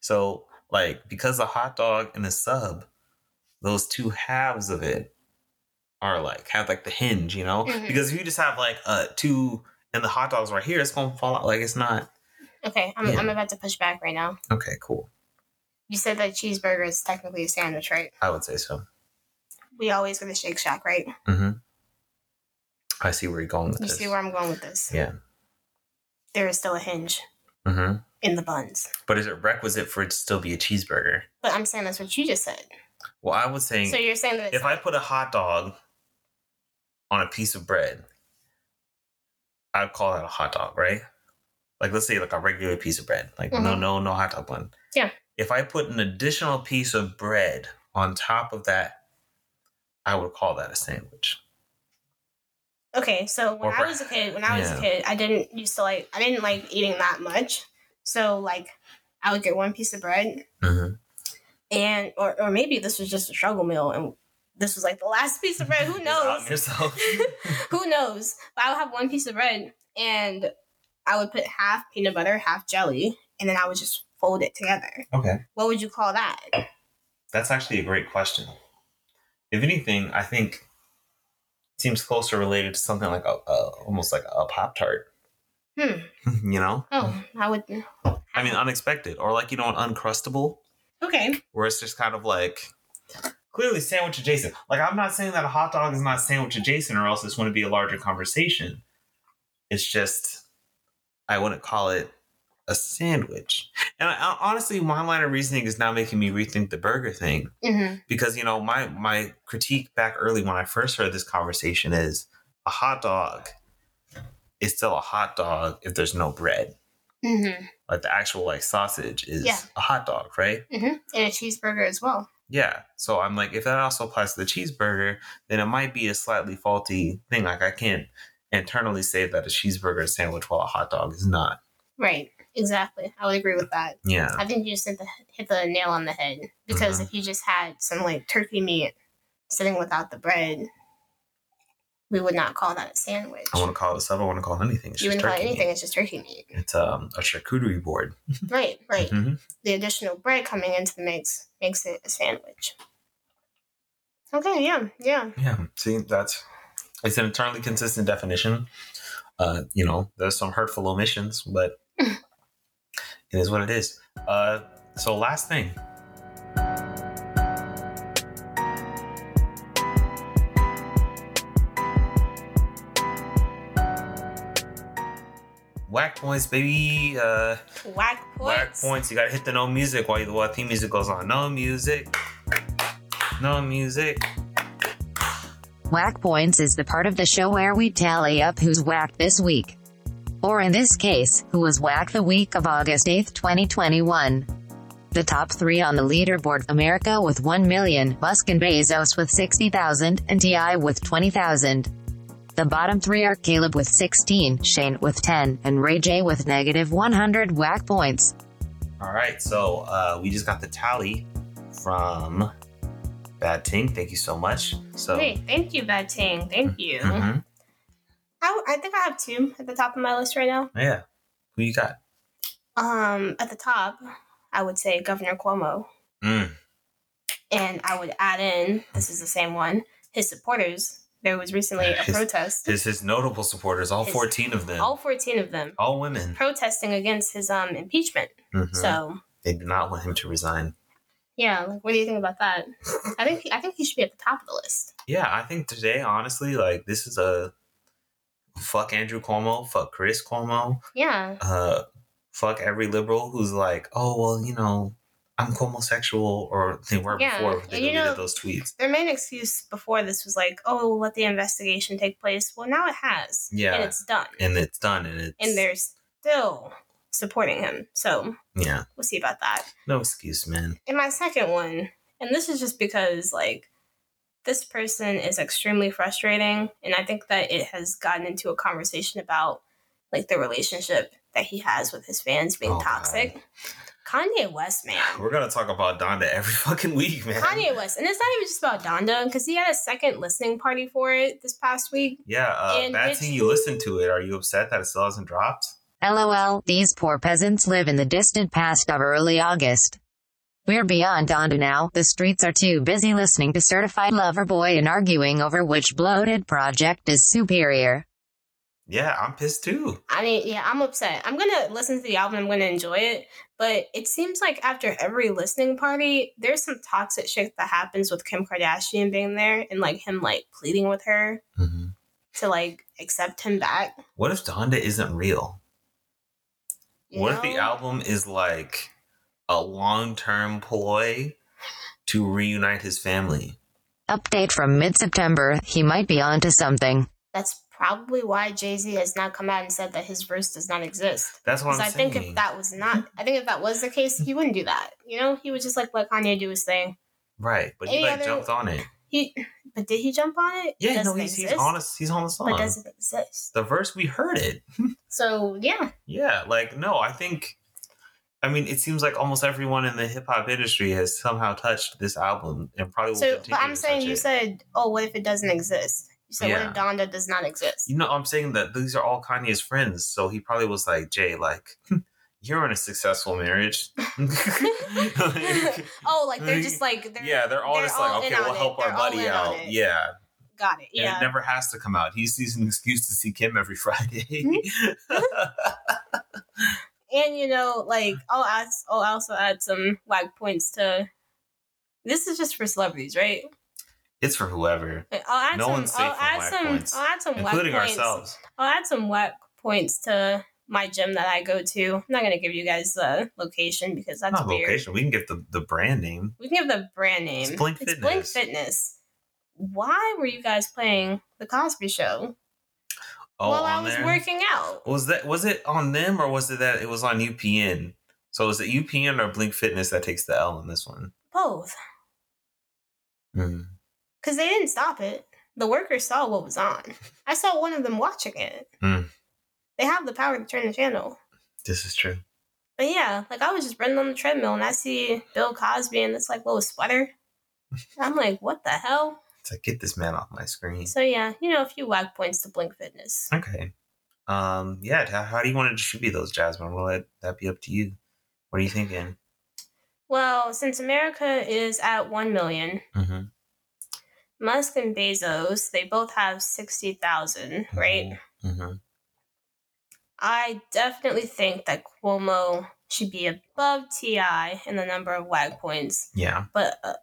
So like because a hot dog and a sub, those two halves of it are like have like the hinge, you know? Mhm. Because if you just have like uh two and the hot dogs right here, it's gonna fall out. Like it's not Okay. I'm, Yeah. I'm about to push back right now. okay, cool. You said that cheeseburger is technically a sandwich, right? I would say so. We always go to Shake Shack, right? Mm-hmm. I see where you're going with You this. see where I'm going with this? Yeah. There is still a hinge mm-hmm. in the buns. But is it requisite for it to still be a cheeseburger? But I'm saying that's what you just said. Well, I was saying So you're saying that it's if I put a hot dog on a piece of bread, I'd call that a hot dog, right? Like let's say like a regular piece of bread, like no, Mhm. no, no hot dog bun. Yeah. If I put an additional piece of bread on top of that, I would call that a sandwich. Okay, so when Or I per- was a kid, when I was Yeah. a kid, I didn't used to like I didn't like eating that much. So like I would get one piece of bread Mhm. and or or maybe this was just a struggle meal and this was like the last piece of bread, who Just out knows? yourself. who knows? But I would have one piece of bread and I would put half peanut butter, half jelly, and then I would just fold it together. okay, What would you call that? that's actually a great question. If anything, I think it seems closer related to something like a, a almost like a pop tart. Hmm. you know. Oh, I would I mean, unexpected, or like you know, an uncrustable, Okay. where it's just kind of like clearly sandwich adjacent. Like I'm not saying that a hot dog is not sandwich adjacent, or else this wouldn't be a larger conversation. It's just I wouldn't call it a sandwich. And I, I- honestly, my line of reasoning is now making me rethink the burger thing hmm because you know my my critique back early when I first heard this conversation is a hot dog is still a hot dog if there's no bread hmm like the actual like sausage is Yeah. a hot dog, right? hmm And a cheeseburger as well. Yeah. So I'm like, if that also applies to the cheeseburger, then it might be a slightly faulty thing. Like I can't internally say that a cheeseburger is sandwich while a hot dog is not. Right. Exactly. I would agree with that. Yeah. I think you just hit the, hit the nail on the head because Mhm. if you just had some like turkey meat sitting without the bread, we would not call that a sandwich. I want to call it a sub. I want to call it anything. It's you just wouldn't call it turkey. anything; meat. it's just turkey meat. It's um, a charcuterie board. Right, right. Mhm. The additional bread coming into the mix makes it a sandwich. Okay, yeah, yeah. Yeah. See, that's it's an internally consistent definition. Uh, you know, there's some hurtful omissions, but it is what it is. Uh, so last thing. Whack points, baby. Uh, Whack points. Black points. You gotta hit the no music while the while theme music goes on. No music. No music. Whack Points is the part of the show where we tally up who's whacked this week. Or in this case, who was whacked the week of August 8, 2021. The top three on the leaderboard America with 1 million, Musk and Bezos with 60,000, and T.I. with 20,000. The bottom three are Caleb with 16, Shane with 10, and Ray J with negative 100 whack points. All right, so uh, we just got the tally from Bad Ting. Thank you so much. So, Hey, thank you, Bad Ting. Thank you. Mhm. I, I think I have two at the top of my list right now. yeah, who you got? Um, at the top, I would say Governor Cuomo. Mm. And I would add in, this is the same one, his supporters. There was recently a His- protest, His his notable supporters, all His- fourteen of them, all all, 14 of them, women. protesting against his um impeachment. Mhm. So They do not want him to resign. Yeah, like what do you think about that? I think I think he should be at the top of the list. Yeah, I think today, honestly, like this is a fuck Andrew Cuomo, fuck Chris Cuomo, Yeah, uh, fuck every liberal who's like, oh well, you know, I'm homosexual, or they were Yeah, before they and you deleted know- those tweets. their main excuse before this was like, "Oh, we'll let the investigation take place." Well, now it has. Yeah. and it's done, And it's done, and it's and they're still supporting him. So yeah, we'll see about that. no excuse, man. And my second one, and this is just because like this person is extremely frustrating, and I think that it has gotten into a conversation about like the relationship that he has with his fans being Oh, God. toxic. Kanye West, man. We're gonna talk about Donda every fucking week, man. Kanye West, and it's not even just about Donda, because he had a second listening party for it this past week. Yeah, uh, And bad it's- thing you listen to it. Are you upset that it still hasn't dropped? LOL, these poor peasants live in the distant past of early August. We're beyond Donda now, the streets are too busy listening to Certified Lover Boy and arguing over which bloated project is superior. Yeah, I'm pissed too. I mean, yeah, I'm upset. I'm gonna listen to the album. I'm gonna enjoy it, but it seems like after every listening party, there's some toxic shit that happens with Kim Kardashian being there and like him like pleading with her to like accept him back. What if Donda isn't real? you What if the know? album is like a long term ploy to reunite his family? Update from mid-September, he might be onto something. That's probably why Jay Z has not come out and said that his verse does not exist. That's what Because I'm I saying. think if that was not, I think if that was the case, he wouldn't do that. You know, he would just like let Kanye do his thing. right, but he Any like other- jumped on it. He, but did he jump on it? Yeah, Does no, it he's, he's exist? honest. He's on the song. But does it exist? the verse we heard it. So yeah, Yeah, like no, I think. I mean, it seems like almost everyone in the hip hop industry has somehow touched this album and probably will So, continue. but I'm to saying touch you it. said, oh, what if it doesn't exist? You said, what Yeah. if Donda does not exist? you know, I'm saying that these are all Kanye's friends, so he probably was like, Jay, like, you're in a successful marriage. Like, oh, like they're just like, they're, yeah, they're all they're just all like, in okay, we'll on it. help They're our all buddy in on out. it. Yeah. got it. And it Yeah. never has to come out. He sees an excuse to see Kim every Friday. Hmm? And, you know, like, I'll, ask, I'll also add some wag points to this is just for celebrities, right? it's for whoever, I'll add No some, one's safe I'll from add whack some, points, I'll add some including whack points. ourselves. I'll add some whack points to my gym that I go to. I'm not going to give you guys the location because that's Not weird. location. We can get the, the brand name. We can give the brand name. It's Blink Blink Fitness. Fitness. Why were you guys playing the Cosby Show Oh, while I on was there? working out? Was that was it on them or was it that it was on UPN? So is it UPN or Blink Fitness that takes the L in this one? Both, Hmm. because they didn't stop it. The workers saw what was on. I saw one of them watching it. Mm. They have the power to turn the channel. This is true. But yeah, like I was just running on the treadmill and I see Bill Cosby in this like little sweater. I'm like, what the hell? It's like get this man off my screen. So yeah, you know, a few wag points to Blink Fitness. Okay. Um. Yeah. How, how do you want to distribute those, Jasmine? We'll let that be up to you. What are you thinking? Well, since America is at one million, Mm-hmm. Musk and Bezos, they both have 60,000, right? Mm-hmm. I definitely think that Cuomo should be above TI in the number of wag points, Yeah. but uh,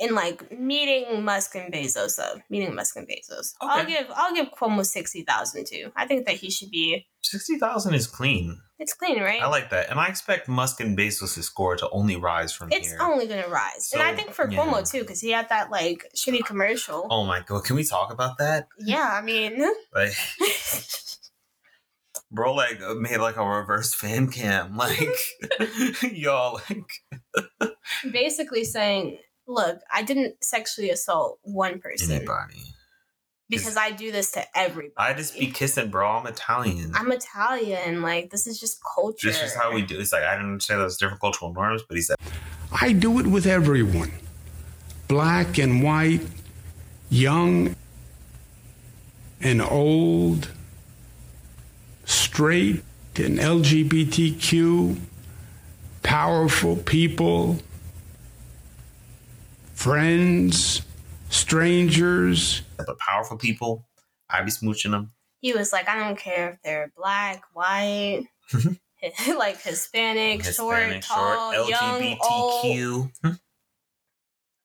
in like meeting Musk and Bezos, though, meeting Musk and Bezos, I'll Okay. give I'll give Cuomo 60,000 too. I think that he should be Sixty thousand is clean. it's clean, right? I like that, and I expect Musk and Bezos' score to only rise from it's here. only going to rise. and I So, think for yeah. Cuomo too cuz he had that like shitty commercial. oh my god! Can we talk about that? Yeah, I mean, Like, bro, like uh, made like a reverse fan cam. Like, y'all, like, basically saying, "Look, I didn't sexually assault one person anybody. because I do this to everybody. I just be kissing, bro. I'm Italian. I'm Italian. Like this is just culture. This is how we do. It's like I don't understand those different cultural norms, but he said. I do it with everyone black and white, young and old, straight and LGBTQ, powerful people, friends, strangers. but powerful people, I be smooching them. He was like, I don't care if they're black, white, like Hispanic, short, tall, young, old. LGBTQ.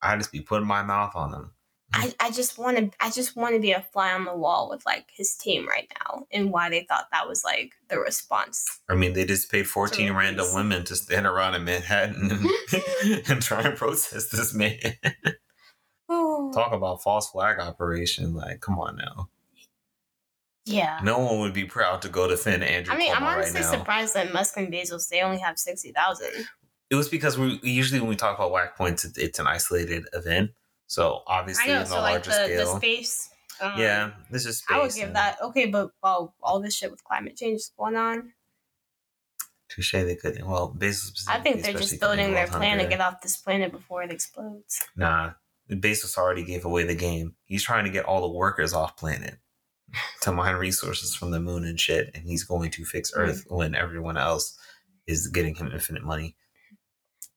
I just be putting my mouth on them. I, I just want to I just want to be a fly on the wall with like his team right now and why they thought that was like the response. I mean, they just paid 14 Jeez. random women to stand around in Manhattan and, and try and protest this man. Talk about false flag operation. Like, come on now. yeah. No one would be proud to go defend Andrew I mean, Cuomo I'm honestly right now. surprised that Musk and Bezos they only have sixty thousand. It was because we usually when we talk about whack points, it, it's an isolated event. So I obviously, know. on a So like larger the, the scale, space. Um, yeah, this is space. I would give and- that okay, but well, all this shit with climate change is going on. Touche. They couldn't. Well, Bezos. I think they're Mm, especially just couldn't building their involve plan to hunger. get off this planet before it explodes. Nah, Bezos already gave away the game. He's trying to get all the workers off planet to mine resources from the moon and shit, and he's going to fix Hmm. Earth when everyone else is getting him infinite money.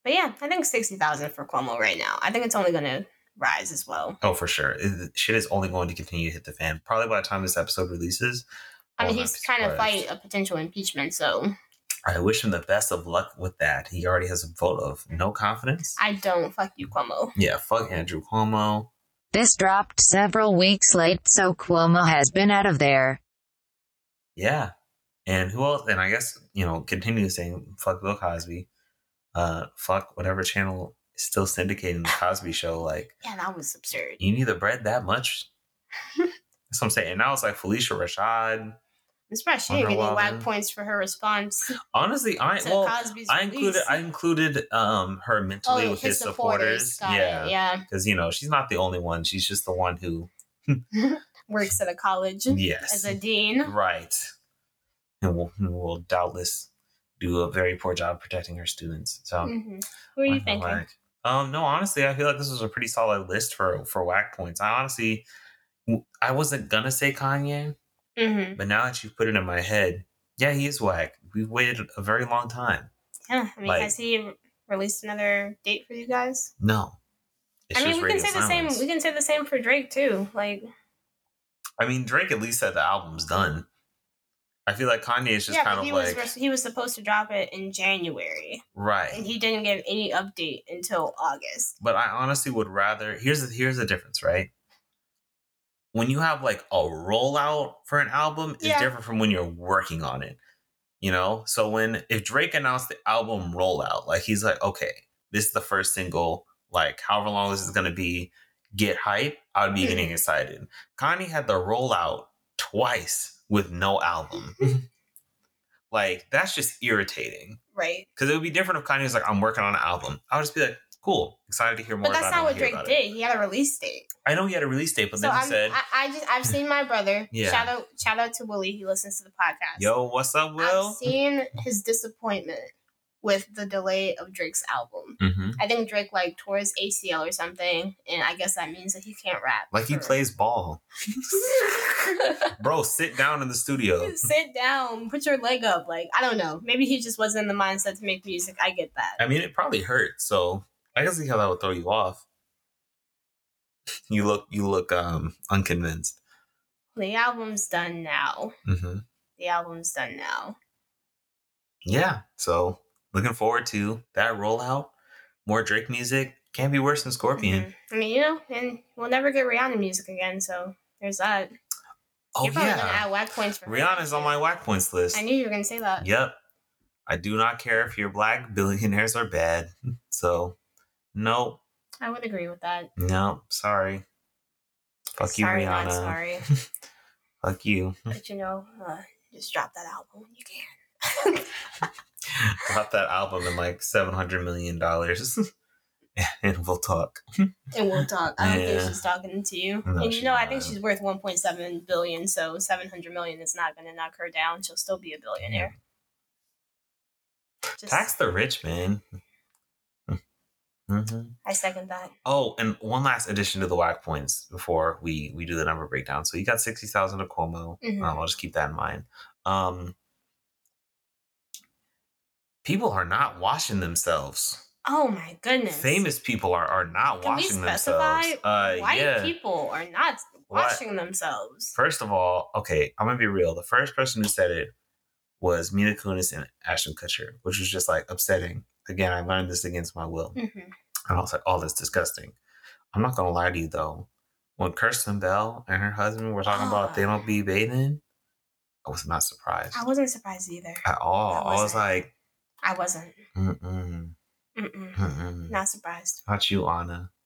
But yeah, I think sixty thousand for Cuomo right now. I think it's only going to rise as well. Oh, for sure. It- Shit is only going to continue to hit the fan. Probably by the time this episode releases. I mean, I'll he's not be trying to surprised. fight a potential impeachment, so I wish him the best of luck with that. He already has a vote of no confidence. I don't fuck you, Cuomo. yeah, fuck Andrew Cuomo. This dropped several weeks late, so Cuomo has been out of there. Yeah. And who else? And I guess, you know, continue saying fuck Bill Cosby. Uh, fuck whatever channel is still syndicating the Cosby show. Like, Yeah, that was absurd. you need the bread that much? That's what I'm saying. And now it's like Felicia Rashad. I'm surprised she didn't get any Wonder whack Woman. points for her response Honestly, I to well, Cosby's I release. Oh, included I included um her mentally with his, supporters. Got yeah. it. yeah. Because you know, she's not the only one. She's just the one who Works at a college Yes. as a dean. Right. And will, and will doubtless do a very poor job protecting her students. So hmm Who are Whack, you whack, thinking? whack. Um, no, honestly, I feel like this was a pretty solid list for for whack points. I honestly, I wasn't gonna say Kanye, hmm but now that you put it in my head, yeah, he is whack. We've waited a very long time. Yeah, I mean, Like- has he re- released another date for you guys? No, It's I mean, just we can radio say the silence. same. We can say the same for Drake too. Like, I mean, Drake at least said the album's done. I feel like Kanye is just yeah, kind but of he like was he was supposed to drop it in January, and right. he didn't give any update until August. But I honestly would rather here's the, here's the difference, right? When you have like a rollout for an album is Yeah. different from when you're working on it. You know? So when if Drake announced the album rollout, like he's like, okay, this is the first single, like however long this is gonna be, get hype, I would be Mhm. getting excited. Kanye had the rollout twice with no album. like that's just irritating. Right, Because it would be different if Kanye was like, I'm working on an album. I would just be like, cool, excited to hear more but that's about it. not and what hear Drake about did. it." He had a release date. I know he had a release date, but so then he I'm, said, I, I just I've seen my brother. Yeah. Shout out shout out to Willie. He listens to the podcast. Yo, what's up, Will? I've seen his disappointment with the delay of Drake's album. hmm I think Drake like tore his ACL or something, and I guess that means that he can't rap. Like he for- plays ball. Bro, sit down in the studio. Sit down, put your leg up. Like I don't know. Maybe he just wasn't in the mindset to make music. I get that. I mean, it probably hurt. So I can see how that would throw you off. You look, you look um unconvinced. The album's done now. hmm The album's done now. Yeah. So looking forward to that rollout. More Drake music can't be worse than Scorpion. Mhm. I mean, you know, and we'll never get Rihanna music again. So there's that. Oh You're probably gonna yeah, add whack points for her. Rihanna's on my whack points list. I knew you were gonna say that. Yep. I do not care if you're black, billionaires are bad. So, no, I would agree with that. no, sorry. Fuck sorry, you, Rihanna. Not sorry, Fuck you. but you know, uh, just drop that album when you can. Drop that album in like $700 million and we'll talk. and we'll talk. I don't Yeah. think she's talking to you. No, and you she's know, I not. think she's worth 1.7 billion, so 700 million is not going to knock her down. She'll still be a billionaire. Just, Tax the rich, man. hmm I second that. Oh, and one last addition to the whack points before we we do the number breakdown. So you got sixty thousand to Cuomo. Mhm. Um, I'll just keep that in mind. Um, people are not washing themselves. Oh my goodness. Famous people are are not Can we washing specify themselves. Uh, white yeah. people are not Why- washing themselves? First of all, okay, I'm gonna be real. The first person who said it was Mina Kunis and Ashton Kutcher, which was just like upsetting. Again, I learned this against my will. Mhm. And I was like, oh, that's disgusting. I'm not gonna lie to you though. When Kirsten Bell and her husband were talking Ah. about they don't be bathing, I was not surprised I wasn't surprised either. at all. I I was wasn't. like, I wasn't. mm-mm, Hmm. Mm-mm. mm-mm. Not surprised. not you, Anna.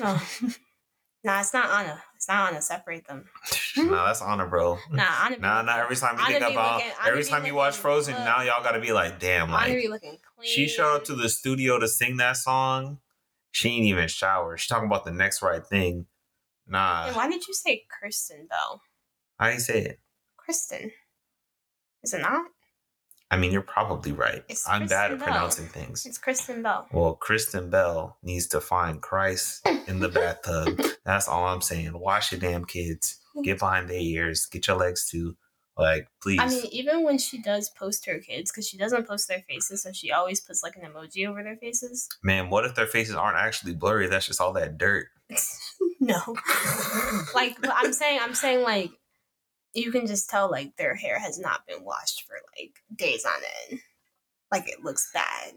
No. nah, it's not Anna. It's not Anna. Separate them. no, that's Anna, bro. Nah, Anna. be Nah, nah. Every time you Anna think be about, looking- Anna every be time you looking watch Frozen, good. now y'all gotta be like, damn, Anna like be looking clean. She showed up to the studio to sing that song. She ain't even showered. She talking about the next right thing. And Nah, why did you say Kirsten Bell? I ain't say it. Kristen. Is it not? I mean, you're probably right. It's I'm bad Kristen at Bell. pronouncing things. It's Kristen Bell. Well, Kristen Bell needs to find Christ in the bathtub. That's all I'm saying. Wash your damn kids. Get behind their ears. Get your legs too. Like, please. I mean, even when she does post her kids, because she doesn't post their faces, so she always puts like an emoji over their faces. Man, what if their faces aren't actually blurry? That's just all that dirt. no, like but I'm saying, I'm saying like you can just tell like their hair has not been washed for like days on end. Like it looks bad.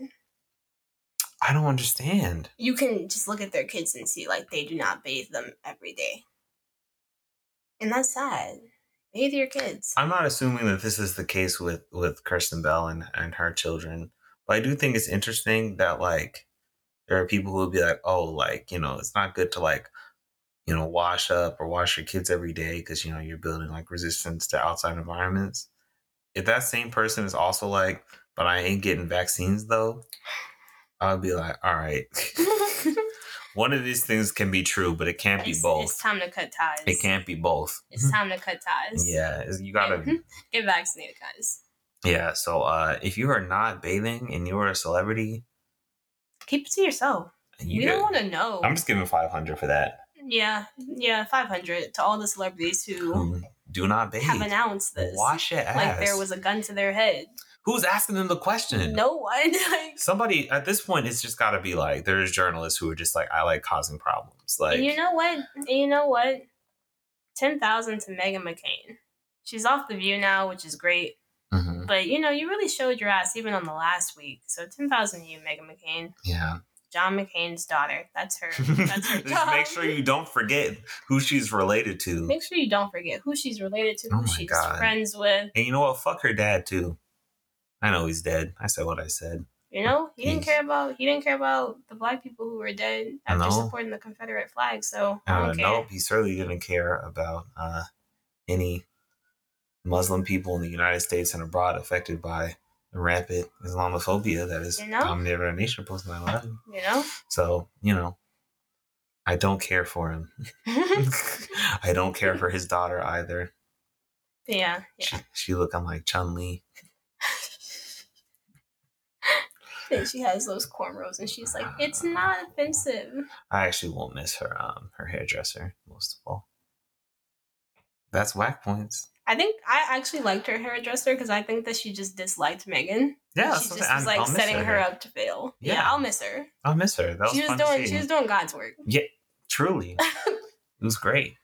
I don't understand. You can just look at their kids and see like they do not bathe them every day, and that's sad. Bathe your kids. I'm not assuming that this is the case with with Kirsten Bell and and her children, but I do think it's interesting that like there are people who will be like, oh, like you know, it's not good to like you know wash up or wash your kids every day because you know you're building like resistance to outside environments. If that same person is also like, but I ain't getting vaccines though, I'll be like, all right, one of these things can be true, but it can't be it's, it's both. time to cut ties. It can't be both. It's time to cut ties. Mm-hmm. Yeah, it's- you gotta get vaccinated, guys. Yeah, so uh, if you are not bathing and you are a celebrity, Keep it to yourself. you we get- don't want to know. I'm just giving 500 for that. yeah, yeah, five hundred to all the celebrities who Who Mm-hmm. Do not bathe. have announced this. Wash your ass. Like there was a gun to their head. Who's asking them the question? No one. Like, Somebody at this point, it's just got to be like there's journalists who are just like I like causing problems. Like and you know what? And you know what? Ten thousand to Megan McCain. She's off the view now, which is great. Mhm. But you know, you really showed your ass even on the last week. So ten thousand to you, Megan McCain. yeah. John McCain's daughter. That's her. That's her just job. make sure you don't forget who she's related to. Make sure you don't forget who she's related to, who Oh my she's God. friends with. And you know what? Fuck her dad too. I know he's dead. I said what I said. You know, he He's- didn't care about he didn't care about the black people who were dead I after know. supporting the Confederate flag. So I Uh, don't care. nope, he certainly didn't care about uh, any Muslim people in the United States and abroad affected by the rampant Islamophobia that is You know? dominated our nation post 9 11. You know, So, you know, I don't care for him. I don't care for his daughter either. yeah, yeah. She, she looking like Chun Li. And she has those cornrows, and she's like, it's Uh. not offensive. I actually won't miss her um her hairdresser most of all. That's whack points. I think I actually liked her hairdresser because I think that she just disliked Megan. Yeah, she that's just what I'm- was like I'll miss setting her. up to fail. Yeah, Yeah. I'll miss her. I'll miss her. That was She was fun to doing see. she was doing God's work. Truly. it was great.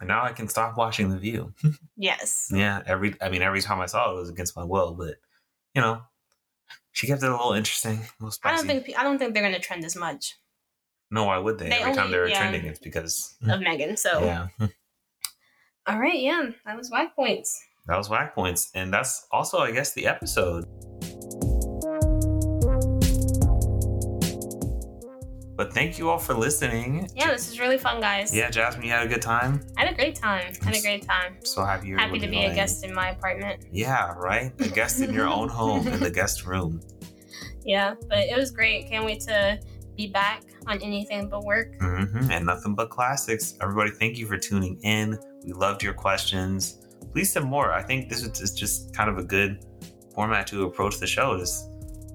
And now I can stop watching The View. Yes. Yeah, every I mean every time I saw it, it was against my will, but you know, she kept it a little interesting. A little I spicy. don't think pe- I don't think they're gonna trend as much No, why would they? They every time only- they were yeah. trending, it's because of Megan. So Hmm. yeah, all right, yeah, that was my points. that was whack points, and that's also I guess the episode. But thank you all for listening. Yeah, this was really fun, guys. Yeah, Jasmine, you had a good time. I had a great time. I had a great time. I'm so happy you're Happy able to be a join. guest in my apartment. Yeah, right. A guest in your own home in the guest room. Yeah, but it was great. Can't wait to be back on anything but work. hmm And nothing but classics. Everybody, thank you for tuning in. We loved your questions. Please send more. I think this is is just kind of a good format to approach the show. Is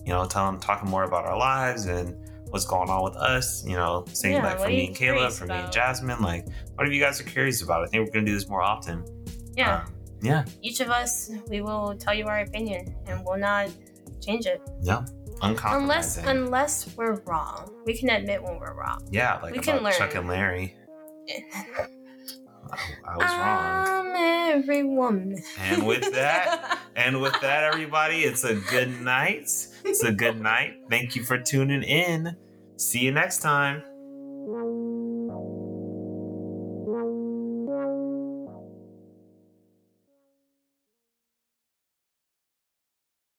you know, telling talking more about our lives and what's going on with us. You know, saying Yeah, like what from are me you and Kayla, curious from me and about? Jasmine, like whatever you guys are curious about. I think we're gonna do this more often. Yeah, Um, yeah. each of us, we will tell you our opinion, and we'll not change it Yeah. unless Uncompromising. unless we're wrong. We can admit when we're wrong. yeah, like we about can learn. Chuck and Larry. I, I was wrong. I'm every woman. And with that. And with that, everybody, it's a good night. It's a good night. Thank you for tuning in. See you next time.